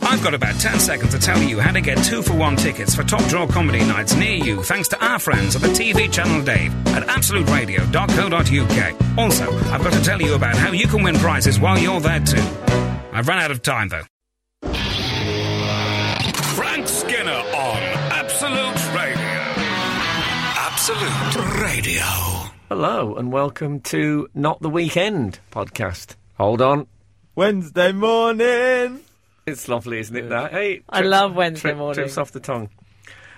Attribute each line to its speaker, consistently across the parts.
Speaker 1: I've got about 10 seconds to tell you how to get two for one tickets for top draw comedy nights near you thanks to our friends at the TV channel Dave at absoluteradio.co.uk. Also, I've got to tell you about how you can win prizes while you're there too. I've run out of time though.
Speaker 2: Frank Skinner on Absolute Radio. Absolute Radio.
Speaker 3: Hello and welcome to Not the Weekend podcast. Hold on.
Speaker 4: Wednesday morning.
Speaker 3: It's lovely, isn't it? That hey,
Speaker 5: I love Wednesday
Speaker 3: trip-
Speaker 5: morning.
Speaker 3: Trips off the tongue.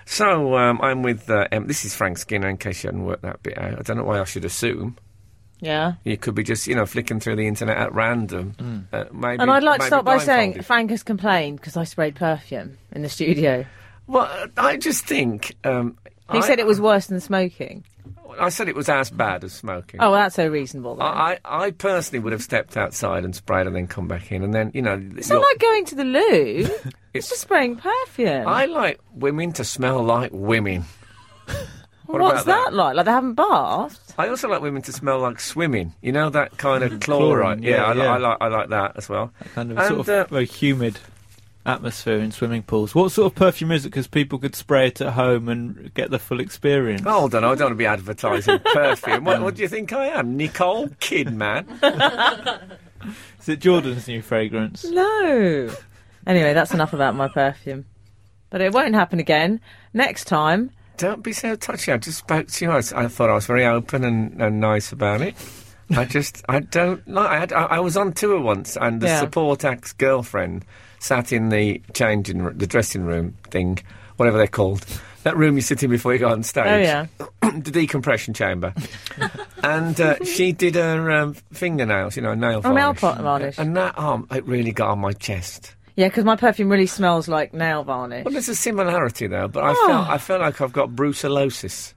Speaker 3: So um, I'm with uh, em- this is Frank Skinner. In case you hadn't worked that bit out, I don't know why I should assume
Speaker 5: Yeah.
Speaker 3: you could be just you know flicking through the internet at random. Uh, maybe,
Speaker 5: And I'd like to
Speaker 3: maybe
Speaker 5: start by saying
Speaker 3: blindfolded.
Speaker 5: Frank has complained because I sprayed perfume in the studio.
Speaker 3: well, uh, I just think um,
Speaker 5: He
Speaker 3: I,
Speaker 5: said it was worse than smoking.
Speaker 3: I said it was as bad as smoking.
Speaker 5: Oh, well, that's so reasonable. Then.
Speaker 3: I, I, I personally would have stepped outside and sprayed and then come back in and then you know
Speaker 5: it's not like going to the loo.
Speaker 3: It's-
Speaker 5: it's just spraying perfume.
Speaker 3: I like women to smell like women. what
Speaker 5: What's
Speaker 3: about that?
Speaker 5: that like? Like they haven't bathed?
Speaker 3: I also like women to smell like swimming. You know that kind of chloride.
Speaker 4: Chlorine,
Speaker 3: yeah,
Speaker 4: yeah,
Speaker 3: I, li-
Speaker 4: yeah.
Speaker 3: I like I like that as well.
Speaker 4: Kind of
Speaker 3: And,
Speaker 4: sort of
Speaker 3: uh,
Speaker 4: very humid atmosphere in swimming pools. What sort of perfume is it? Because people could spray it at home and get the full experience.
Speaker 3: Oh, I don't know. I don't want to be advertising perfume. What, what do you think I am, Nicole Kidman?
Speaker 4: Is it Jordan's new fragrance?
Speaker 5: No. anyway, that's enough about my perfume. But it won't happen again. Next time,
Speaker 3: don't be so touchy. I just spoke to you. I, s- I thought I was very open and, and nice about it. I just I don't like. I, had, I, I was on tour once, and the
Speaker 5: Yeah.
Speaker 3: support act's girlfriend sat in the changing r- the dressing room thing, whatever they're called. That room you sit in before you go on stage.
Speaker 5: Oh, yeah.
Speaker 3: the decompression chamber. and uh, she did her um, fingernails, you know, nail
Speaker 5: Oh,
Speaker 3: polish.
Speaker 5: nail pot varnish.
Speaker 3: And that arm, it really got on my chest.
Speaker 5: yeah, because my perfume really smells like nail varnish.
Speaker 3: Well, there's a similarity though, but
Speaker 5: Oh.
Speaker 3: I felt I felt like I've got brucellosis.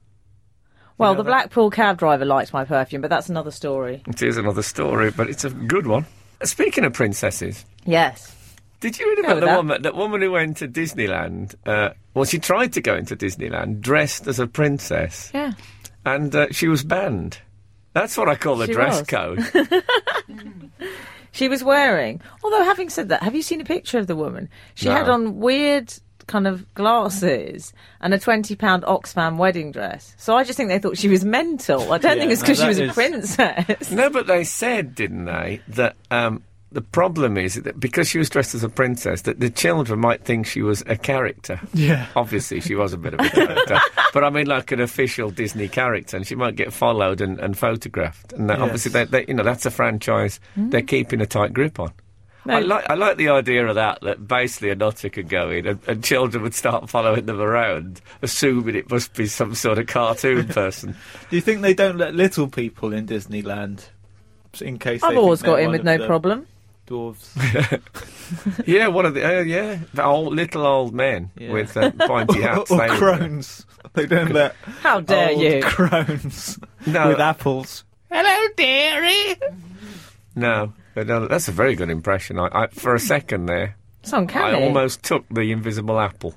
Speaker 5: Well,
Speaker 3: know
Speaker 5: the
Speaker 3: that-
Speaker 5: Blackpool cab driver liked my perfume, but that's another story.
Speaker 3: It is another story, but it's a good one. Speaking of princesses,
Speaker 5: Yes.
Speaker 3: did you read
Speaker 5: Go
Speaker 3: about
Speaker 5: with
Speaker 3: the
Speaker 5: that.
Speaker 3: woman that woman who went to Disneyland? Uh, well, she tried to go into Disneyland dressed as a princess,
Speaker 5: Yeah.
Speaker 3: and uh, she was banned. That's what I call the
Speaker 5: She
Speaker 3: dress
Speaker 5: was.
Speaker 3: code.
Speaker 5: She was wearing. Although, having said that, have you seen a picture of the woman? She
Speaker 3: No.
Speaker 5: had on weird kind of glasses and a £20 Oxfam wedding dress. So I just think they thought she was mental. I don't
Speaker 4: Yeah,
Speaker 5: think it's
Speaker 4: no,
Speaker 5: because
Speaker 4: that
Speaker 5: she was
Speaker 4: is-
Speaker 5: a princess.
Speaker 3: No, but they said, didn't they, that um, the problem is that because she was dressed as a princess, that the children might think she was a character.
Speaker 4: Yeah.
Speaker 3: Obviously, she was a bit of a character. but I mean, like an official Disney character, and she might get followed and, and photographed. And that, obviously, they,
Speaker 4: Yes.
Speaker 3: they, you know, that's a franchise they're keeping a tight grip on.
Speaker 5: No.
Speaker 3: I, like, I like the idea of that, that basically a nutter could go in and, and children would start following them around, assuming it must be some sort of cartoon person.
Speaker 4: Do you think they don't let little people in Disneyland? Just In case they
Speaker 5: I've
Speaker 4: think
Speaker 5: always
Speaker 4: they're
Speaker 5: got in
Speaker 4: one
Speaker 5: with
Speaker 4: of
Speaker 5: no
Speaker 4: the
Speaker 5: problem.
Speaker 4: Dwarves.
Speaker 3: Yeah, one of the uh, yeah, the old little old men
Speaker 4: Yeah.
Speaker 3: with uh, pointy hats.
Speaker 4: or
Speaker 3: they were-
Speaker 4: crones. They don't let
Speaker 5: How dare
Speaker 4: old
Speaker 5: you?
Speaker 4: crones
Speaker 3: No.
Speaker 4: with apples.
Speaker 3: Hello, dearie. No, but no, that's a very good impression. I, I for a second there,
Speaker 5: It's uncanny.
Speaker 3: I almost took the invisible apple,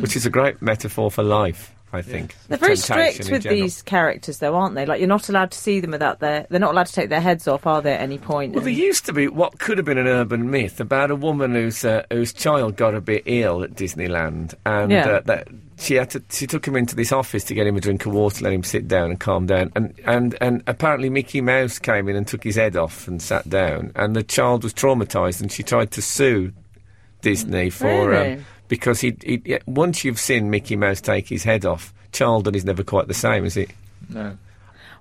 Speaker 3: which is a great metaphor for life. I think
Speaker 5: They're very
Speaker 3: Temptation
Speaker 5: strict
Speaker 3: in
Speaker 5: with
Speaker 3: general.
Speaker 5: these characters, though, aren't they? Like, you're not allowed to see them without their. They're not allowed to take their heads off, are they, at any point?
Speaker 3: Well, there
Speaker 5: And-
Speaker 3: used to be what could have been an urban myth about a woman whose uh, whose child got a bit ill at Disneyland, and
Speaker 5: Yeah.
Speaker 3: uh, that she had to she took him into this office to get him a drink of water, let him sit down and calm down, and and and apparently Mickey Mouse came in and took his head off and sat down, and the child was traumatized, and she tried to sue Disney for
Speaker 5: Mm, Really?
Speaker 3: um, because he, he yeah, once you've seen Mickey Mouse take his head off, childhood is never quite the same, is it?
Speaker 4: No.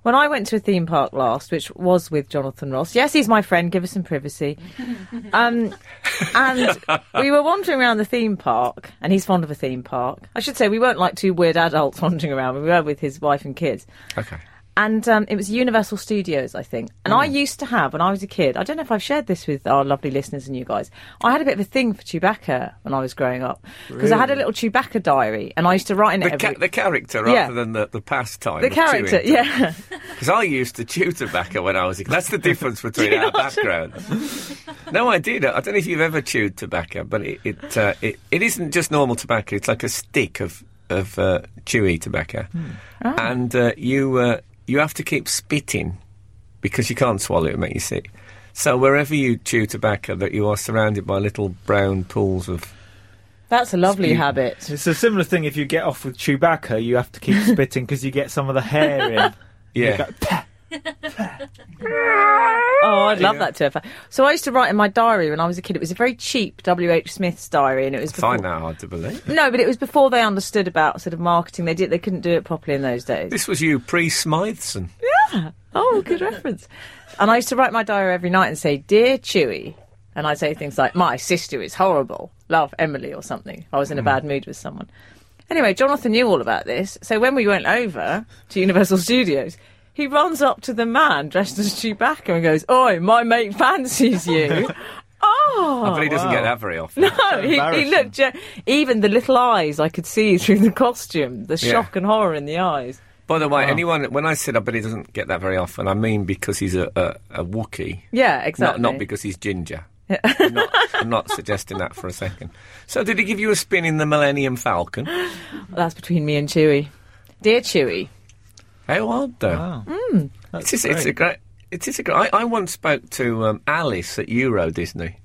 Speaker 5: When I went to a theme park last, which was with Jonathan Ross, yes, he's my friend, give us some privacy. Um, and we were wandering around the theme park, and he's fond of a theme park. I should say, we weren't like two weird adults wandering around, we were with his wife and kids.
Speaker 3: Okay.
Speaker 5: And um, it was Universal Studios, I think. And
Speaker 3: Mm.
Speaker 5: I used to have, when I was a kid, I don't know if I've shared this with our lovely listeners and you guys, I had a bit of a thing for Chewbacca when I was growing up. Because I had a little Chewbacca diary, and I used to write in it
Speaker 3: The,
Speaker 5: every.
Speaker 3: ca- the character rather
Speaker 5: Yeah.
Speaker 3: than the, the pastime.
Speaker 5: the
Speaker 3: of chewing
Speaker 5: character,
Speaker 3: tobacco.
Speaker 5: yeah.
Speaker 3: Because I used to chew tobacco when I was a kid. That's the difference between our backgrounds. no, I did. I don't know if you've ever chewed tobacco, but it it, uh, it, it isn't just normal tobacco. It's like a stick of of uh, chewy tobacco,
Speaker 5: Hmm. Ah.
Speaker 3: and uh, you uh, you have to keep spitting because you can't swallow it, make you sick. So wherever you chew tobacco, that you are surrounded by little brown pools of.
Speaker 5: That's a lovely
Speaker 3: Spew.
Speaker 5: habit.
Speaker 4: It's a similar thing if you get off with Chewbacca, you have to keep spitting because you get some of the hair in. You
Speaker 3: Yeah,
Speaker 4: go, "Pah."
Speaker 5: Oh, I'd love
Speaker 3: Yeah.
Speaker 5: that to have. So I used to write in my diary when I was a kid. It was a very cheap W.H. Smith's diary, and it was before,
Speaker 3: find that hard to believe.
Speaker 5: no, but it was before they understood about sort of marketing. They did they couldn't do it properly in those days.
Speaker 3: This was you pre Smytheson.
Speaker 5: Oh, good reference. And I used to write my diary every night and say, Dear Chewy. And I'd say things like, My sister is horrible. Love Emily or something. I
Speaker 3: Mm.
Speaker 5: was in a bad mood with someone. Anyway, Jonathan knew all about this. So when we went over to Universal Studios, he runs up to the man dressed as Chewbacca and goes, Oi, my mate fancies you. oh.
Speaker 3: but he doesn't get
Speaker 4: wow.
Speaker 3: that very often.
Speaker 5: No, he, he
Speaker 4: embarrassing.
Speaker 5: looked. ge- Even the little eyes I could see through the costume, the
Speaker 3: Yeah.
Speaker 5: shock and horror in the eyes.
Speaker 3: By the way, anyone when I said I bet he doesn't get that very often, I mean because he's a, a, a Wookiee.
Speaker 5: Yeah, exactly.
Speaker 3: Not, not because he's ginger. I'm, not, I'm not suggesting that for a second. So, did he give you a spin in the Millennium Falcon?
Speaker 5: That's between me and Chewy. Dear Chewy,
Speaker 3: How odd, though.
Speaker 4: Wow.
Speaker 5: Mm.
Speaker 3: it is, Oh. it's a great. It is a great. I, I once spoke to um, Alice at Euro Disney.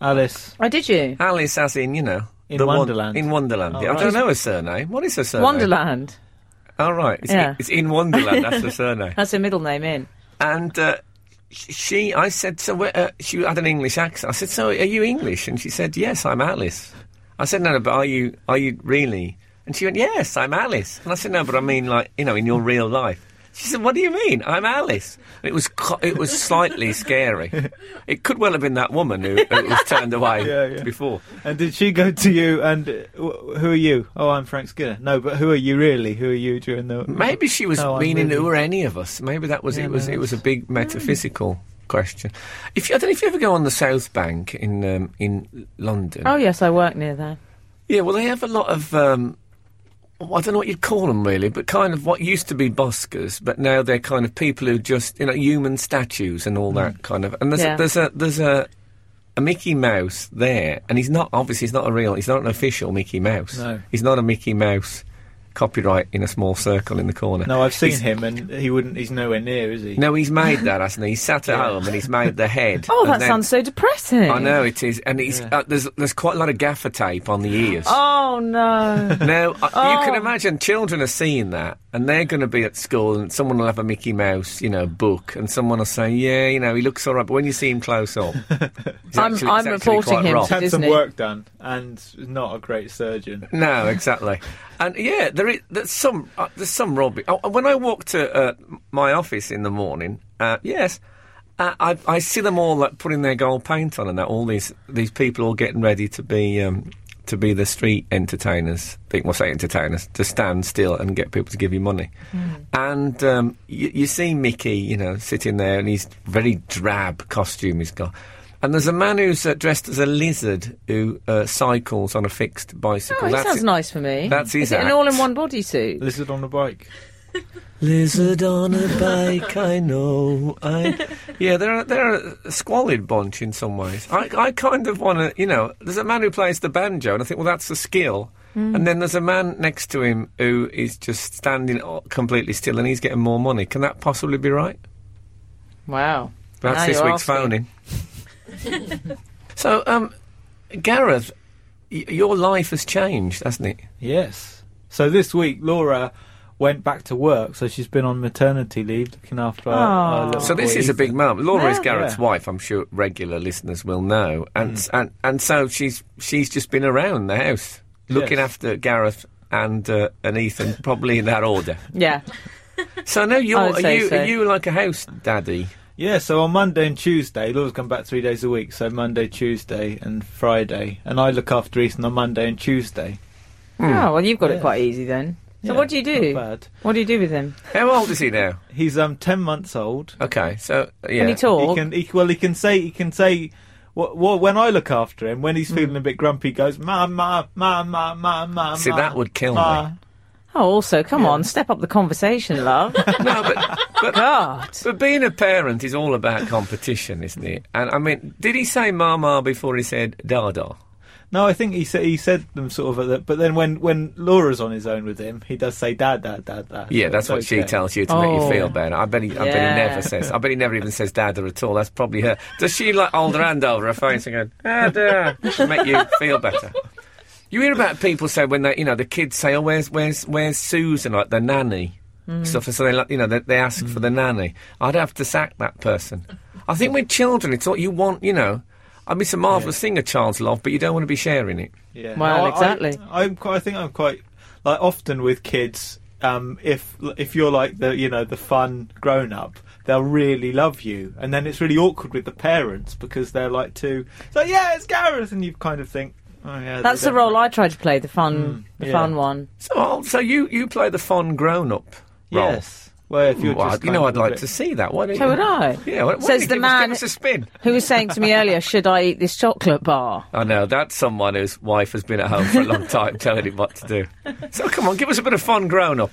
Speaker 4: Alice.
Speaker 5: Oh, did you?
Speaker 3: Alice, as in you know,
Speaker 4: In
Speaker 3: the one-
Speaker 4: Wonderland.
Speaker 3: in Wonderland.
Speaker 4: Oh,
Speaker 3: yeah. I
Speaker 4: right.
Speaker 3: don't know her surname. What is her surname?
Speaker 5: Wonderland.
Speaker 3: Oh right, it's,
Speaker 5: Yeah.
Speaker 3: it's in Wonderland. That's her surname.
Speaker 5: That's her middle name in.
Speaker 3: And uh, sh- she, I said, so where- uh, she had an English accent. I said, so are you English? And she said, yes, I'm Alice. I said, no, no, but are you, are you really? And she went, yes, I'm Alice. And I said, no, but I mean, like, you know, in your real life. She said, what do you mean? I'm Alice. And it was, co- it was slightly scary. It could well have been that woman who, who was turned away
Speaker 4: Yeah, yeah.
Speaker 3: before.
Speaker 4: And did she go to you and uh, wh- who are you? Oh, I'm Frank Skinner. No, but who are you really? Who are you during the.
Speaker 3: Maybe she was
Speaker 4: Oh, I'm
Speaker 3: meaning
Speaker 4: really-
Speaker 3: who were any of us. Maybe that was
Speaker 4: Yeah, Hmm.
Speaker 3: it. Was
Speaker 4: maybe
Speaker 3: it was a big metaphysical question? If you, I don't know if you ever go on the South Bank in um, in London.
Speaker 5: Oh, yes, I work near there.
Speaker 3: Yeah, well, they have a lot of. Um, well, I don't know what you'd call them really, but kind of what used to be buskers, but now they're kind of people who just you know human statues and
Speaker 4: Hmm.
Speaker 3: all that kind of. And there's
Speaker 5: Yeah.
Speaker 3: a, there's a there's a a Mickey Mouse there, and he's not obviously he's not a real he's not an official Mickey Mouse.
Speaker 4: No.
Speaker 3: he's not a Mickey Mouse copyright in a small circle in the corner.
Speaker 4: No, I've seen
Speaker 3: He's-
Speaker 4: him and he wouldn't. He's nowhere near, is he?
Speaker 3: No, he's made that, hasn't he? He's sat at home and he's made the head.
Speaker 5: Oh,
Speaker 3: And
Speaker 5: that
Speaker 3: then-
Speaker 5: sounds so depressing.
Speaker 3: I know it is, and he's,
Speaker 4: Yeah.
Speaker 3: uh, there's there's quite a lot of gaffer tape on the ears.
Speaker 5: Oh, no.
Speaker 3: Now, uh, you can
Speaker 5: Oh.
Speaker 3: imagine children are seeing that, and they're going to be at school, and someone will have a Mickey Mouse, you know, book, and someone will say, "Yeah, you know, he looks all right," but when you see him close up, he's
Speaker 5: I'm-
Speaker 3: actually-
Speaker 5: I'm
Speaker 3: he's actually
Speaker 5: reporting
Speaker 3: quite
Speaker 5: him
Speaker 3: wrong.
Speaker 5: to-
Speaker 4: Had some
Speaker 5: Disney.
Speaker 4: work done and not a great surgeon.
Speaker 3: No, exactly. And yeah, there is there's some uh, there's some rubbish. Oh, when I walk to uh, m- my office in the morning, uh, yes, uh, I, I see them all like putting their gold paint on and that. All these these people all getting ready to be um, to be the street entertainers. Think we'll say entertainers to stand still and get people to give you money. And um, you, you see Mickey, you know, sitting there, and he's very drab costume he's got. And there's a man who's uh, dressed as a lizard who uh, cycles on a fixed bicycle.
Speaker 5: Oh, he
Speaker 3: That's
Speaker 5: sounds
Speaker 3: it.
Speaker 5: nice for me.
Speaker 3: that's his
Speaker 5: Is it an
Speaker 3: act.
Speaker 5: all in one bodysuit?
Speaker 4: Lizard on a bike.
Speaker 3: Lizard on a bike, I know. I... Yeah, they're, they're a squalid bunch in some ways. I, I kind of want to, you know, there's a man who plays the banjo, and I think, well, that's a skill.
Speaker 5: Mm.
Speaker 3: And then there's a man next to him who is just standing o- completely still, and he's getting more money. Can that possibly be right?
Speaker 5: Wow.
Speaker 3: That's
Speaker 5: Now
Speaker 3: this
Speaker 5: you're
Speaker 3: week's phone
Speaker 5: asking.
Speaker 3: in. so, um, Gareth, y- your life has changed, hasn't it?
Speaker 4: Yes. So this week, Laura went back to work, so she's been on maternity leave looking after our, our
Speaker 5: Aw.
Speaker 4: little
Speaker 3: So this
Speaker 4: boy,
Speaker 3: is a big
Speaker 4: Ethan.
Speaker 3: moment. Laura is
Speaker 5: Yeah. Mm.
Speaker 3: Garrett's
Speaker 4: Yeah.
Speaker 3: wife. I'm sure regular listeners will know, and and and so she's she's just been around the house looking
Speaker 4: Yes.
Speaker 3: after Gareth and uh, and Ethan, probably in that order.
Speaker 5: Yeah.
Speaker 3: So now you're
Speaker 5: I would
Speaker 3: are
Speaker 5: say
Speaker 3: you
Speaker 5: so.
Speaker 3: are you like a house daddy?
Speaker 4: Yeah, so on Monday and Tuesday, Laura's come back three days a week, so Monday, Tuesday, and Friday. And I look after Ethan on Monday and Tuesday.
Speaker 5: Oh, well, you've got it
Speaker 4: Yes.
Speaker 5: quite easy then. So
Speaker 4: Yeah,
Speaker 5: what do you do?
Speaker 4: not bad.
Speaker 5: What do you do with him?
Speaker 3: How old is he now?
Speaker 4: He's um ten months old.
Speaker 3: Okay, so yeah,
Speaker 5: Can he talk?
Speaker 4: He can, he, well, he can say, he can say. What, what, when I look after him, when he's feeling a bit grumpy, he goes ma ma ma ma ma ma.
Speaker 3: See,
Speaker 4: ma,
Speaker 3: that would kill
Speaker 4: ma."
Speaker 3: me.
Speaker 5: Oh, also, come on, step up the conversation, love.
Speaker 3: no, but but.
Speaker 5: God.
Speaker 3: But being a parent is all about competition, isn't it? And I mean, did he say "mama" before he said "dada"?
Speaker 4: No, I think he said he said them sort of at the, but then when when Laura's on his own with him, he does say dad dad dad dad.
Speaker 3: Yeah, that's
Speaker 4: It's
Speaker 3: what she
Speaker 4: okay.
Speaker 3: tells you to make you
Speaker 5: Oh.
Speaker 3: feel better. I bet he, I bet
Speaker 5: Yeah.
Speaker 3: he never says. I bet he never even says "dada" at all. That's probably her. Does she like hold her hand over her face and go "dada" to make you feel better? You hear about people say when they, you know, the kids say, "Oh, where's where's where's Susan?" Like the nanny stuff, and so they, like, you know, they, they ask for the nanny. I'd have to sack that person. I think with children, it's what you want, you know. I mean, it's a marvelous thing a child's love, but you don't want to be sharing it.
Speaker 4: Yeah.
Speaker 5: Well,
Speaker 4: No, I-
Speaker 5: exactly.
Speaker 4: I, I'm quite. I think I'm quite like often with kids. Um, if if you're like the you know the fun grown up, they'll really love you, and then it's really awkward with the parents because they're like too. It's like yeah, it's Gareth, and you kind of think. Oh, yeah, they
Speaker 5: That's the
Speaker 4: don't-
Speaker 5: role I tried to play, the fun, the
Speaker 4: yeah.
Speaker 5: fun one.
Speaker 3: So, I'll- so you you play the fond grown-up role.
Speaker 4: Yes. Well, if you're
Speaker 3: Well,
Speaker 4: just
Speaker 3: you know, I'd
Speaker 4: kind of a
Speaker 3: like
Speaker 4: bit-
Speaker 3: to see that. Why don't
Speaker 5: So
Speaker 3: you?
Speaker 5: would I.
Speaker 3: Yeah, why, why
Speaker 5: Says
Speaker 3: don't you
Speaker 5: the
Speaker 3: give us-
Speaker 5: man
Speaker 3: give us a spin.
Speaker 5: who was saying to me earlier, "Should I eat this chocolate bar?"
Speaker 3: I know that's someone whose wife has been at home for a long time telling him what to do. So come on, give us a bit of fun, grown up.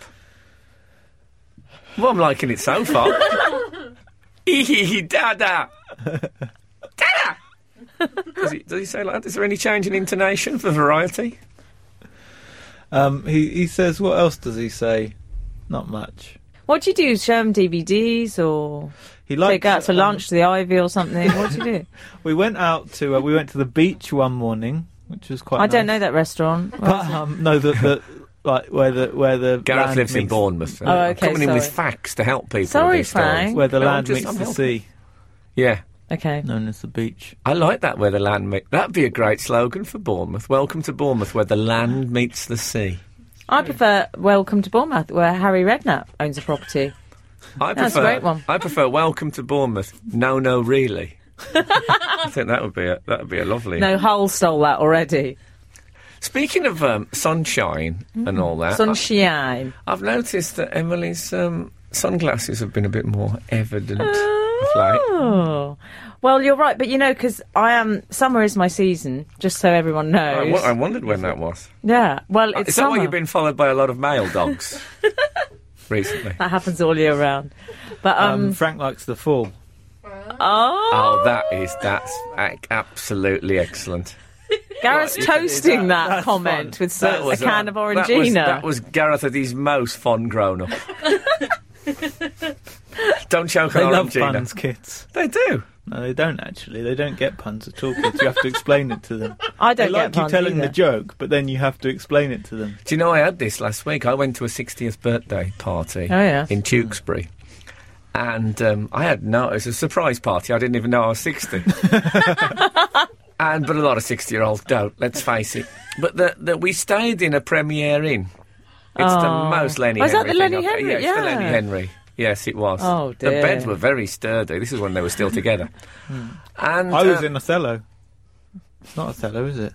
Speaker 3: Well, I'm liking it so far. Hee hee hee, da da, da Does he, does he say like that? Is there any change in intonation for variety?
Speaker 4: Um, he he says. What else does he say? Not much.
Speaker 5: What do you do? Show 'em DVDs or
Speaker 4: He likes
Speaker 5: take out to
Speaker 4: um,
Speaker 5: lunch to the Ivy or something? What do you do?
Speaker 4: We went out to uh, we went to the beach one morning, which was quite.
Speaker 5: I don't
Speaker 4: nice.
Speaker 5: know that restaurant.
Speaker 4: But um, no, the, the like where the where the
Speaker 3: Gareth
Speaker 4: land
Speaker 3: lives in
Speaker 4: meets-
Speaker 3: Bournemouth.
Speaker 5: Oh,
Speaker 3: I'm
Speaker 5: okay,
Speaker 3: Coming in with
Speaker 5: sorry.
Speaker 3: facts to help people. with
Speaker 5: Sorry,
Speaker 3: these stories.
Speaker 5: Frank.
Speaker 4: where the
Speaker 3: No, I'm
Speaker 4: land
Speaker 3: just-
Speaker 4: meets
Speaker 3: I'm
Speaker 4: the
Speaker 3: helping.
Speaker 4: sea,
Speaker 3: Yeah.
Speaker 5: Okay.
Speaker 4: known as the beach.
Speaker 3: I like that where the land meets. That'd be a great slogan for Bournemouth. Welcome to Bournemouth, where the land meets the sea.
Speaker 5: I prefer Welcome to Bournemouth, where Harry Redknapp owns a property.
Speaker 3: I
Speaker 5: That's a
Speaker 3: prefer,
Speaker 5: great one.
Speaker 3: I prefer Welcome to Bournemouth. No, no, really. I think that would be a, that would be a lovely.
Speaker 5: No, Hull stole that already.
Speaker 3: Speaking of um, sunshine
Speaker 5: Mm.
Speaker 3: and all that,
Speaker 5: Sunshine.
Speaker 3: I, have noticed that Emily's um, sunglasses have been a bit more evident of late.
Speaker 5: Oh. Well, you're right, but you know, because I am. Summer is my season, just so everyone
Speaker 3: I,
Speaker 5: knows.
Speaker 3: wo- I wondered when that was.
Speaker 5: yeah. Well,
Speaker 3: Uh,
Speaker 5: it's
Speaker 3: um, Is that
Speaker 5: summer.
Speaker 3: why you've been followed by a lot of male dogs recently?
Speaker 5: That happens all year round. But um,
Speaker 4: Um, Frank likes the fall.
Speaker 5: oh,
Speaker 3: Oh, that is that's ac- absolutely excellent.
Speaker 5: Gareth's
Speaker 3: right, you can do
Speaker 5: toasting
Speaker 4: that.
Speaker 5: that,
Speaker 4: That's
Speaker 5: comment
Speaker 4: fun.
Speaker 5: with so-
Speaker 3: That
Speaker 5: a
Speaker 3: was,
Speaker 5: can
Speaker 3: uh,
Speaker 5: of
Speaker 3: That was,
Speaker 5: Orangina.
Speaker 3: that was Gareth at his most fond grown up. Don't choke
Speaker 4: They
Speaker 3: on
Speaker 4: love
Speaker 3: Orangina.
Speaker 4: puns, kids.
Speaker 3: They do.
Speaker 4: No, they don't actually. They don't get puns at all. Kids, you have to explain it to them.
Speaker 5: I don't
Speaker 4: they like
Speaker 5: get
Speaker 4: you
Speaker 5: puns
Speaker 4: telling the
Speaker 5: either.
Speaker 4: joke, but then you have to explain it to them.
Speaker 3: Do you know I had this last week? I went to a 60th birthday party
Speaker 5: Oh, yeah.
Speaker 3: in Tewkesbury. And um, I had no, it was a surprise party. I didn't even know I was 60. and But a lot of 60 year olds don't, let's face it. But the, the, we stayed in a Premier Inn. It's the
Speaker 5: Oh.
Speaker 3: most Lenny
Speaker 5: Was that
Speaker 3: Henry.
Speaker 5: the Lenny
Speaker 3: thing I've-
Speaker 5: Henry?
Speaker 3: Yeah, it's the Lenny
Speaker 5: Yeah.
Speaker 3: Henry. Yes, it was.
Speaker 5: Oh,
Speaker 3: The
Speaker 5: dear. Hmm.
Speaker 3: beds were very sturdy. This is when they were still together. and
Speaker 4: I was
Speaker 3: uh,
Speaker 4: in Othello. It's not Othello, is it?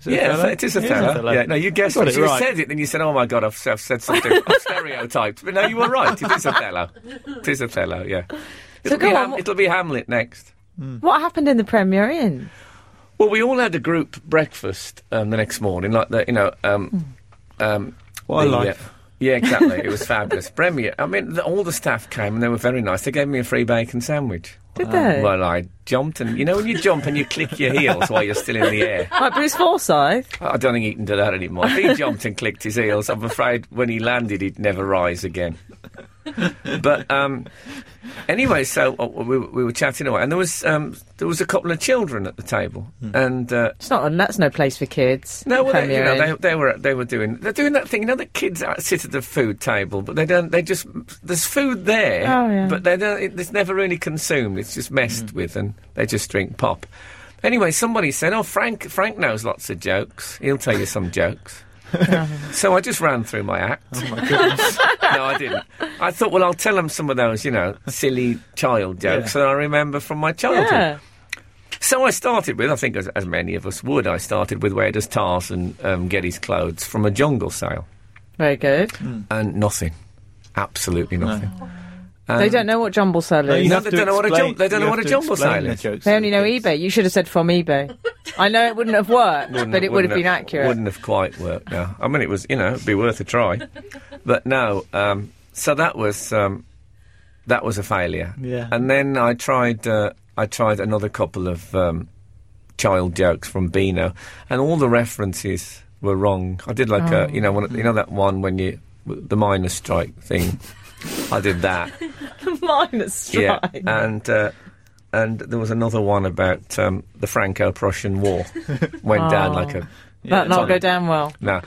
Speaker 4: Is it
Speaker 3: yeah, it is a Othello. Yeah, no, you guessed
Speaker 4: Got
Speaker 3: it.
Speaker 4: it
Speaker 3: You
Speaker 4: right.
Speaker 3: said it, then you said, "Oh my God, I've, I've said something I've stereotyped." But no, you were right. It is Othello. It is Othello. Yeah. It'll,
Speaker 5: go
Speaker 3: be
Speaker 5: on,
Speaker 3: Ham-
Speaker 5: what-
Speaker 3: it'll be Hamlet next.
Speaker 5: What happened in the Premier Inn?
Speaker 3: Well, we all had a group breakfast um, the next morning, like the you know. Um,
Speaker 5: Hmm.
Speaker 3: um,
Speaker 4: What a
Speaker 3: the, uh,
Speaker 4: life.
Speaker 3: yeah, exactly. It was fabulous. Premier. I mean, the, all the staff came and they were very nice. They gave me a free bacon sandwich.
Speaker 5: Did they?
Speaker 3: Um, Well, I jumped and you know when you jump and you click your heels while you're still in the air.
Speaker 5: Like Bruce Forsyth.
Speaker 3: I don't think he can do that anymore. If he jumped and clicked his heels, I'm afraid when he landed, he'd never rise again. but um, anyway, so uh, we, we were chatting away, and there was um, there was a couple of children at the table, and uh,
Speaker 5: It's not. That's no place for kids.
Speaker 3: no, well, they, you
Speaker 5: Premier
Speaker 3: know,
Speaker 5: Inn.
Speaker 3: they, they were they were doing they're doing that thing. You know, the kids out- sit at the food table, but they don't. They just there's food there,
Speaker 5: Oh, yeah. Mm.
Speaker 3: but they don't. It, it's never really consumed. It's just messed with, and they just drink pop. Anyway, somebody said, "Oh, Frank Frank knows lots of jokes. He'll tell you some jokes." so I just ran through my act. Oh my goodness! no, I didn't. I thought, well, I'll tell them some of those, you know, silly child jokes that I remember from my childhood.
Speaker 5: yeah.
Speaker 3: So I started with, I think, as, as many of us would, I started with where does Tarzan um, get his clothes from a jungle sale?
Speaker 5: Very good.
Speaker 3: And nothing. Absolutely nothing.
Speaker 5: they don't know what jumble sell is.
Speaker 3: Um, you have- they don't know what a jum- they don't know what a jumble sale is.
Speaker 5: They only know eBay. You should have said from eBay. I know it wouldn't have worked,
Speaker 3: Wouldn't-
Speaker 5: but it would have
Speaker 3: wouldn't
Speaker 5: been accurate.
Speaker 3: Wouldn't have quite worked, no. I mean, it was, you know, it'd be worth a try. but no, um, so that was, um, that was a failure.
Speaker 4: Yeah.
Speaker 3: And then I tried, uh, I tried another couple of um, child jokes from Beano, and all the references were wrong. I did like a you know one, you know that one when you the miners strike thing. I did that.
Speaker 5: Minus
Speaker 3: Yeah,
Speaker 5: strike.
Speaker 3: and uh, and there was another one about um, the Franco-Prussian War went down
Speaker 5: Oh.
Speaker 3: like a
Speaker 5: that not
Speaker 3: sorry.
Speaker 5: go down well.
Speaker 3: no.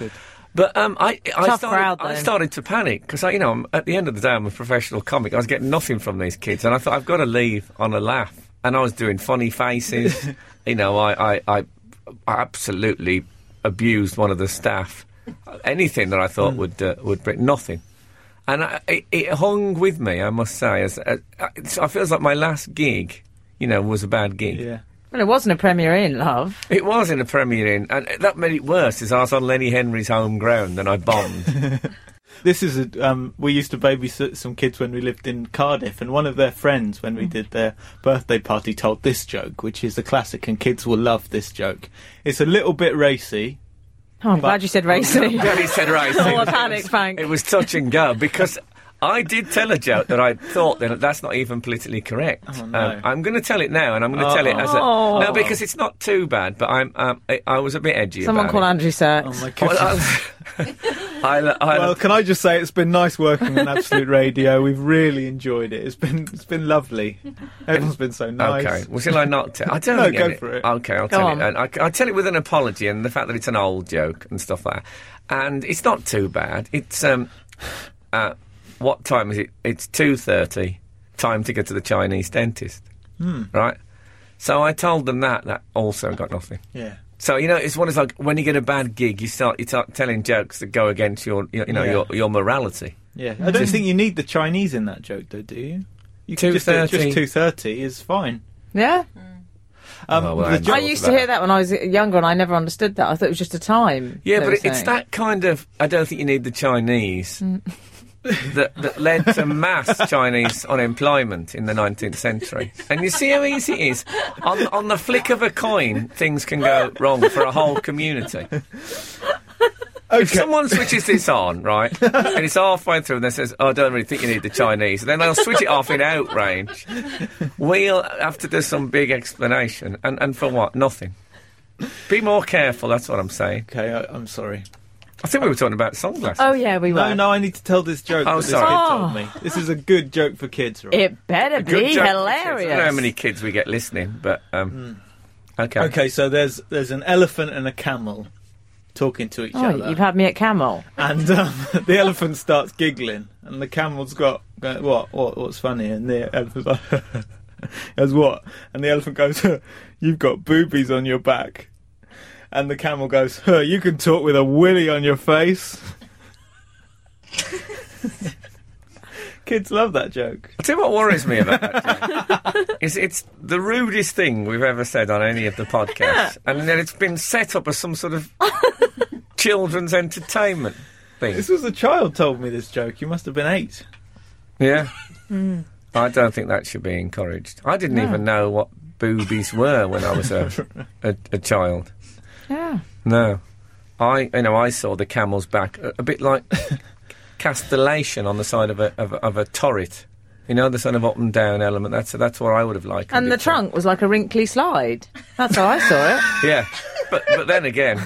Speaker 3: But um, I I
Speaker 5: Tough
Speaker 3: started,
Speaker 5: crowd,
Speaker 3: I
Speaker 5: though.
Speaker 3: started to panic because you know I'm, at the end of the day I'm a professional comic. I was getting nothing from these kids, and I thought I've got to leave on a laugh. And I was doing funny faces. you know, I, I I absolutely abused one of the staff. Anything that I
Speaker 5: Hmm.
Speaker 3: thought would uh, would bring nothing. And I, it, it hung with me, I must say. As, as, it's- I feels like my last gig, you know, was a bad gig.
Speaker 4: Yeah.
Speaker 5: Well, it wasn't a premiere in love.
Speaker 3: It was in a Premier Inn, and that made it worse. Is I was on Lenny Henry's home ground, and I bombed.
Speaker 4: This is a, um, we used to babysit some kids when we lived in Cardiff, and one of their friends, when we did their birthday party, told this joke, which is a classic, and kids will love this joke. It's a little bit racy.
Speaker 5: Oh, I'm glad you said racing.
Speaker 3: Well, he said right.
Speaker 5: Oh,
Speaker 3: It
Speaker 5: I
Speaker 3: was-
Speaker 5: panic, thank.
Speaker 3: It was touch and go because I did tell a joke that I thought that that's not even politically correct.
Speaker 4: no.
Speaker 3: Um, I'm going to tell it now, and I'm going to tell it as a
Speaker 5: Oh.
Speaker 3: no because it's not too bad. But I'm um, I, I was a bit edgy.
Speaker 5: Someone
Speaker 3: about
Speaker 5: call
Speaker 3: it.
Speaker 5: Andrew
Speaker 4: Oh
Speaker 5: Sachs.
Speaker 4: my
Speaker 3: Well,
Speaker 4: goodness.
Speaker 3: I, I, I,
Speaker 4: Well, can I just say it's been nice working on Absolute Radio. We've really enjoyed it. It's been it's been lovely. Everyone's been so nice.
Speaker 3: Okay. Well, shall I not tell? I don't
Speaker 4: No,
Speaker 3: think
Speaker 4: go
Speaker 3: any-
Speaker 4: for it.
Speaker 3: Okay, I'll
Speaker 5: Go
Speaker 3: tell
Speaker 5: on.
Speaker 3: it. And I, I'll tell it with an apology and the fact that it's an old joke and stuff like that. And it's not too bad. It's um, uh, what time is it? It's two thirty. Time to go to the Chinese dentist.
Speaker 4: Hmm.
Speaker 3: Right. So I told them that. That also got nothing.
Speaker 4: Yeah.
Speaker 3: So you know, it's one is like when you get a bad gig, you start you start telling jokes that go against your you know
Speaker 4: Yeah.
Speaker 3: your your morality.
Speaker 4: Yeah. I don't think you need the Chinese in that joke, though, do you? You can just do-
Speaker 3: 2:30.
Speaker 4: just two thirty is fine.
Speaker 5: Yeah?
Speaker 4: Um,
Speaker 3: Oh, well,
Speaker 4: the
Speaker 3: I
Speaker 4: jo-
Speaker 5: I
Speaker 3: Thought
Speaker 5: used to
Speaker 3: about
Speaker 5: hear that when I was younger and I never understood that. I thought it was just a time.
Speaker 3: Yeah,
Speaker 5: they
Speaker 3: but
Speaker 5: were
Speaker 3: it- it's
Speaker 5: saying. Mm.
Speaker 3: that kind of. I don't think you need the Chinese that, that led to mass Chinese unemployment in the 19th century. And you see how easy it is. On, on the flick of a coin, things can go wrong for a whole community. If someone switches this on, right, and it's halfway through and they says, oh, I don't really think you need the Chinese, then they'll switch it off in outrage. We'll have to do some big explanation. And, and for what? Nothing. Be more careful, that's what I'm saying.
Speaker 4: okay, I, I'm sorry.
Speaker 3: I think we were talking about sunglasses.
Speaker 5: Oh, yeah, we were.
Speaker 4: No, no, I need to tell this joke.
Speaker 3: Oh,
Speaker 4: that this
Speaker 3: sorry.
Speaker 4: kid
Speaker 5: Oh.
Speaker 4: told me. This is a good joke for kids, right?
Speaker 5: It better
Speaker 3: Good
Speaker 5: be
Speaker 3: joke. I
Speaker 5: hilarious.
Speaker 3: don't know how many kids we get listening, but um, okay.
Speaker 4: Okay, so there's there's an elephant and a camel talking to each
Speaker 5: Oh,
Speaker 4: other,
Speaker 5: you've had me at Camel.
Speaker 4: and um, the elephant starts giggling, and the camel's got go what what what's funny, and the elephant's like, as what, and the elephant goes, you've got boobies on your back, and the camel goes, huh, you can talk with a willy on your face. Kids love that joke.
Speaker 3: I'll tell you what worries me about that. Jane, is it's the rudest thing we've ever said on any of the podcasts, and then it's been set up as some sort of children's entertainment thing.
Speaker 4: This was a child told me this joke. You must have been eight.
Speaker 3: Yeah.
Speaker 5: Hmm.
Speaker 3: I don't think that should be encouraged. I didn't even know what boobies were when I was a, a, a child.
Speaker 5: Yeah.
Speaker 3: No, I you know I saw the camel's back a, a bit like castellation on the side of a of, a- of a turret. You know the sort of up and down element. That's that's what I would have liked.
Speaker 5: And the
Speaker 3: it to-
Speaker 5: trunk was like a wrinkly slide. That's how I saw it.
Speaker 3: Yeah, but but then again,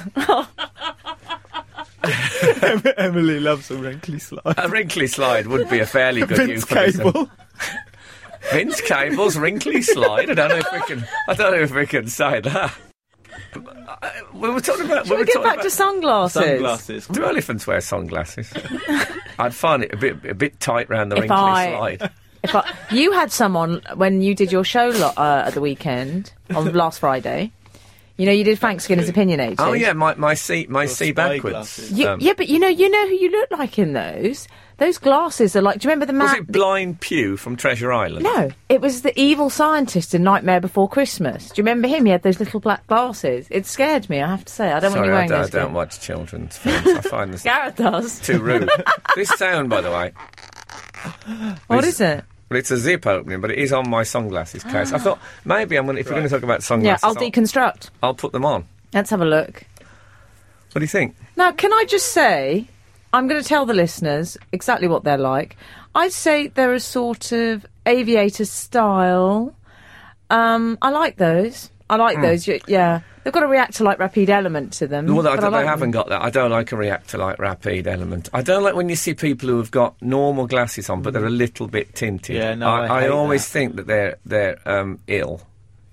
Speaker 4: Emily loves a wrinkly slide.
Speaker 3: a wrinkly slide would be a fairly good
Speaker 4: Vince
Speaker 3: euphemism.
Speaker 4: Cable.
Speaker 3: Vince Cable's wrinkly slide. I don't know if we can. I don't know if we can say that. Uh, We were talking about.
Speaker 5: Should
Speaker 3: we
Speaker 5: we
Speaker 3: were
Speaker 5: get
Speaker 3: talking
Speaker 5: back
Speaker 3: about
Speaker 5: to sunglasses?
Speaker 4: Sunglasses.
Speaker 3: Do elephants wear sunglasses? I'd find it a bit a bit tight round the
Speaker 5: If
Speaker 3: wrinkly
Speaker 5: I-
Speaker 3: slide.
Speaker 5: If I, you had someone when you did your show lo- uh, at the weekend on last Friday. You know, you did Frank Skinner's opinionated.
Speaker 3: Oh yeah, my my seat my
Speaker 4: spy
Speaker 3: seat backwards.
Speaker 4: glasses.
Speaker 5: You-
Speaker 3: Um,
Speaker 5: yeah, but you know, you know who you look like in those. Those glasses are like. Do you remember the
Speaker 3: Was
Speaker 5: man?
Speaker 3: it Blind Pew from Treasure Island?
Speaker 5: no, it was the evil scientist in Nightmare Before Christmas. Do you remember him? He had those little black glasses. It scared me. I have to say, I don't want
Speaker 3: Sorry,
Speaker 5: you
Speaker 3: I
Speaker 5: wearing
Speaker 3: don't, I
Speaker 5: those.
Speaker 3: don't watch children's films. I find this
Speaker 5: Gareth does.
Speaker 3: too rude. this sound, by the way,
Speaker 5: What
Speaker 3: This-
Speaker 5: is it?
Speaker 3: well, it's a zip opening, but it is on my sunglasses case. I thought maybe I'm gonna, if we're going to talk about
Speaker 5: Ah. Yeah,
Speaker 3: sunglasses,
Speaker 5: I'll
Speaker 3: I'll,
Speaker 5: deconstruct.
Speaker 3: I'll put them on.
Speaker 5: Let's have a look.
Speaker 3: What do you think?
Speaker 5: Now, can I just say, I'm going to tell the listeners exactly what they're like. I'd say they're a sort of aviator style. Um, I like those. I like those. You, yeah, they've got a reactor like rapid element to them.
Speaker 3: Hmm. Well, I,
Speaker 5: Mm, but
Speaker 3: don't-
Speaker 5: I
Speaker 3: they
Speaker 5: like
Speaker 3: haven't
Speaker 5: them.
Speaker 3: got that. I don't like a reactor like rapid element. I don't like when you see people who have got normal glasses on, but they're a little bit tinted.
Speaker 4: Mm. Yeah, no, I hate
Speaker 3: always
Speaker 4: that.
Speaker 3: think that they're they're um, ill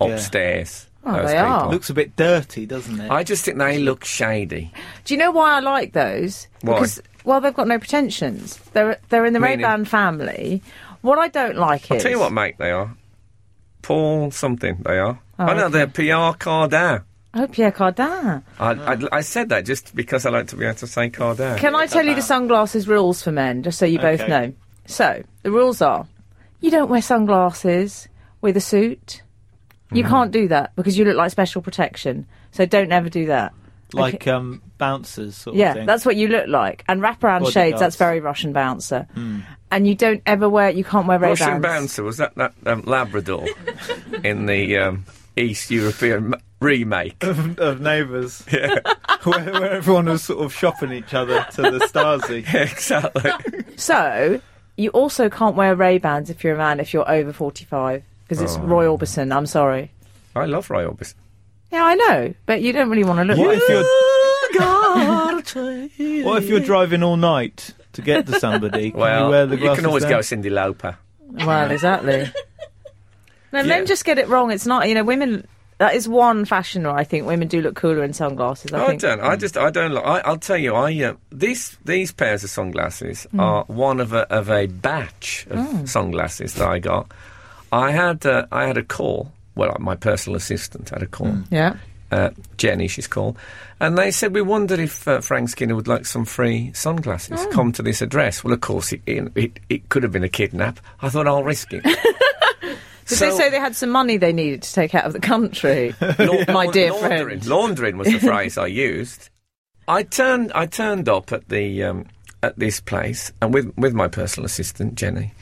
Speaker 4: Yeah.
Speaker 3: upstairs.
Speaker 5: Oh,
Speaker 3: those
Speaker 5: they
Speaker 3: people.
Speaker 5: are.
Speaker 4: Looks a bit dirty, doesn't it?
Speaker 3: I just think they look shady.
Speaker 5: Do you know why I like those?
Speaker 3: Why?
Speaker 5: Because well, they've got no pretensions. They're they're in the Ray
Speaker 3: Meaning?
Speaker 5: Ban family. What I don't like
Speaker 3: I'll
Speaker 5: is
Speaker 3: tell you what, mate, they are. Paul something, they are. I know,
Speaker 5: Oh, okay.
Speaker 3: they're PR Cardin.
Speaker 5: Oh, Pierre Cardin.
Speaker 3: I, I, I said that just because I like to be able to say Cardin.
Speaker 5: Can I tell you the sunglasses rules for men, just so you both
Speaker 4: Okay.
Speaker 5: know? So, the rules are you don't wear sunglasses with a suit. You
Speaker 3: Mm-hmm.
Speaker 5: can't do that because you look like special protection. So, don't ever do that.
Speaker 4: like um, bouncers, sort
Speaker 5: Yeah,
Speaker 4: of thing.
Speaker 5: that's what you look like. And wraparound
Speaker 4: Bodyguards.
Speaker 5: shades, that's very Russian bouncer. And you don't ever wear, you can't wear ray
Speaker 3: Hmm. Russian bouncer was that that um, Labrador in the um, East European m- remake?
Speaker 4: of neighbours, where, where everyone was sort of shopping each other to the Stasi.
Speaker 3: exactly.
Speaker 5: So, you also can't wear Ray-Bans if you're a man, if you're over 45, because
Speaker 4: Oh.
Speaker 5: it's Roy Orbison, I'm sorry.
Speaker 3: I love Roy Orbison.
Speaker 5: Yeah, I know, but you don't really want to look
Speaker 4: What
Speaker 5: like
Speaker 4: if you're what if you're driving all night to get to somebody? can
Speaker 3: Well,
Speaker 4: you, wear the
Speaker 3: you can
Speaker 4: glasses
Speaker 3: always
Speaker 4: then?
Speaker 3: go Cindy Lauper.
Speaker 5: Well, exactly. no, men just get it wrong. It's not, you know, women. That is one fashion where I think women do look cooler in sunglasses. I
Speaker 4: Oh,
Speaker 3: I,
Speaker 5: think.
Speaker 3: don't. I just. I don't. Like, I, I'll tell you. I uh, these these pairs of sunglasses
Speaker 5: Mm.
Speaker 3: are one of a of a batch of sunglasses that I got. I had uh, I had a call. Well, my personal assistant had a call.
Speaker 5: Yeah.
Speaker 3: uh, Jenny, she's called, and they said, We wondered if uh, Frank Skinner would like some free sunglasses.
Speaker 5: Mm.
Speaker 3: Come to this address. Well, of course, it, it, it, it could have been a kidnap. I thought, I'll risk it.
Speaker 5: Did they say they had some money they needed to take out of the country? My
Speaker 3: laundering.
Speaker 5: dear friend.
Speaker 3: Laundering was the phrase I used. I turned I turned up at the um, at this place and with with my personal assistant Jenny,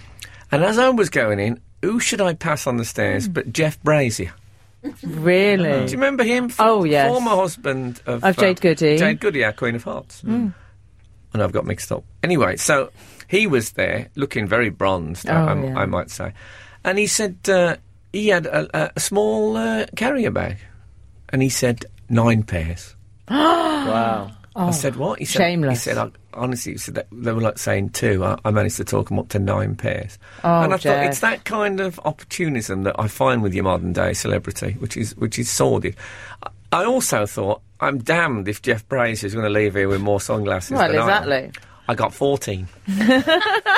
Speaker 3: and as I was going in, who should I pass on the
Speaker 5: Hmm.
Speaker 3: stairs but Jeff Brazier? Do
Speaker 5: Really?
Speaker 3: you remember him?
Speaker 5: Oh, yes.
Speaker 3: Former husband of, uh,
Speaker 5: Of Jade Goody. Hmm.
Speaker 3: Jade Goody, our Queen of Hearts. And I've got mixed up. Anyway, so he was there looking very bronzed, I,
Speaker 5: Oh,
Speaker 3: I'm-
Speaker 5: yeah.
Speaker 3: I might say. And he said uh, he had a, a- a small uh, carrier bag. And he said, nine pairs.
Speaker 4: Wow.
Speaker 3: I said, what? He said,
Speaker 5: Oh, shameless.
Speaker 3: He said, I, honestly, he said that they were like saying two. I, I managed to talk them up to nine pairs.
Speaker 5: Oh,
Speaker 3: and I thought,
Speaker 5: Jeff.
Speaker 3: it's that kind of opportunism that I find with your modern day celebrity, which is, which is sordid. I- I also thought, I'm damned if Jeff Brace is going to leave here with more sunglasses
Speaker 5: Well,
Speaker 3: than I am."
Speaker 5: exactly.
Speaker 3: I got 14.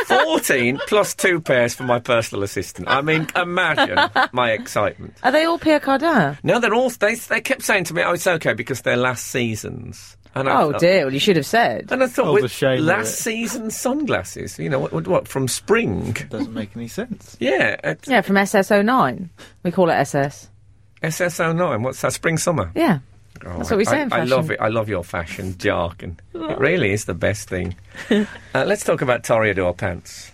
Speaker 3: 14 plus two pairs for my personal assistant. I mean, imagine my excitement.
Speaker 5: Are they all Pierre Cardin?
Speaker 3: No, they're all. They, they kept saying to me, "Oh, it's okay because they're last seasons." And I
Speaker 5: Oh
Speaker 3: thought-
Speaker 5: dear, well, you should have said.
Speaker 3: And I thought,
Speaker 4: Oh,
Speaker 3: with
Speaker 4: the shame of
Speaker 3: last
Speaker 4: it.
Speaker 3: season's sunglasses, you know, what, what, what from spring?
Speaker 4: Doesn't make any sense.
Speaker 3: Yeah, at
Speaker 5: Yeah, from SS09. We call it SS.
Speaker 3: SS09. What's that? Spring summer.
Speaker 5: Yeah.
Speaker 3: Oh,
Speaker 5: That's what we
Speaker 3: I-
Speaker 5: say in
Speaker 3: I, I love
Speaker 5: fashion.
Speaker 3: it. I love your fashion jargon. It really is the best thing. uh, let's talk about Toreador pants.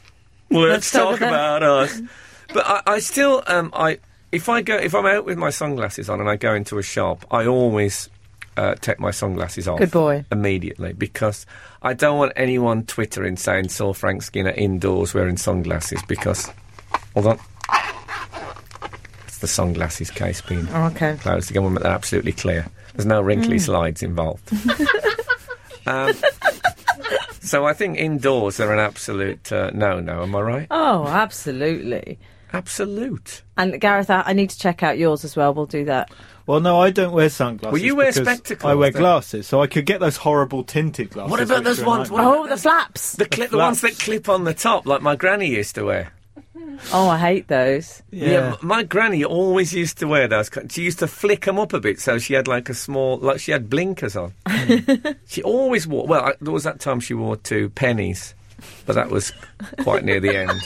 Speaker 3: Let's, talk
Speaker 5: talk
Speaker 3: about us. But I, I still, um, I if I go if I'm out with my sunglasses on and I go into a shop, I always uh, take my sunglasses off.
Speaker 5: Good boy.
Speaker 3: Immediately because I don't want anyone twittering saying saw Frank Skinner indoors wearing sunglasses because hold on. It's the sunglasses case being
Speaker 5: Oh, okay.
Speaker 3: closed. Again, we'll make that absolutely clear. There's no wrinkly slides involved. um, so I think indoors they're an absolute uh, no-no. Am I right?
Speaker 5: Oh, absolutely.
Speaker 3: Absolute.
Speaker 5: And Gareth, I I need to check out yours as well. We'll do that.
Speaker 4: Well, no, I don't wear sunglasses.
Speaker 3: Well, you wear
Speaker 4: because
Speaker 3: spectacles,
Speaker 4: I wear
Speaker 3: don't you?
Speaker 4: glasses, so I could get those horrible tinted glasses.
Speaker 3: What about
Speaker 4: which
Speaker 3: those
Speaker 4: are a
Speaker 3: ones-
Speaker 4: nightmare.
Speaker 5: Oh, the flaps.
Speaker 3: The, clip, the ones
Speaker 4: flaps.
Speaker 3: that clip on the top, like my granny used to wear.
Speaker 5: Oh, I hate those.
Speaker 4: Yeah.
Speaker 3: m- my granny always used to wear those. She used to flick them up a bit, so she had like a small, like she had blinkers on. she always wore. Well, I, there was that time she wore two pennies, but that was quite near the end.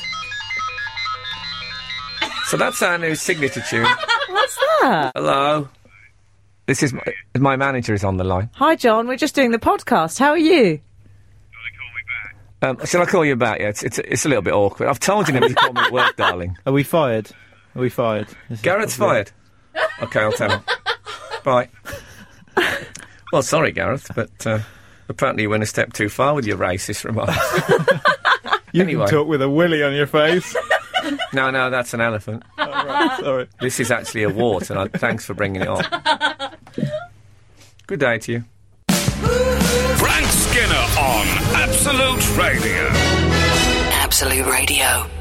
Speaker 3: So that's our new signature tune.
Speaker 5: What's that?
Speaker 3: Hello, this is my, my manager is on the line.
Speaker 5: Hi, John. We're just doing the podcast. How are you?
Speaker 3: Um, shall I call you back? Yeah, it's, it's it's a little bit awkward. I've told you never to call me at work, darling.
Speaker 4: Are we fired? Are we fired? This is
Speaker 3: Garrett's
Speaker 4: probably-
Speaker 3: fired. Okay, I'll tell him. Bye. Well, sorry, Gareth, but uh, apparently you went a step too far with your racist remarks.
Speaker 4: You
Speaker 3: Anyway.
Speaker 4: can talk with a willy on your face.
Speaker 3: no, no, that's an elephant.
Speaker 4: Sorry.
Speaker 3: This is actually a wart, and I, thanks for bringing it on. Good day to you.
Speaker 1: Frank Skinner on Absolute Radio.
Speaker 6: Absolute Radio.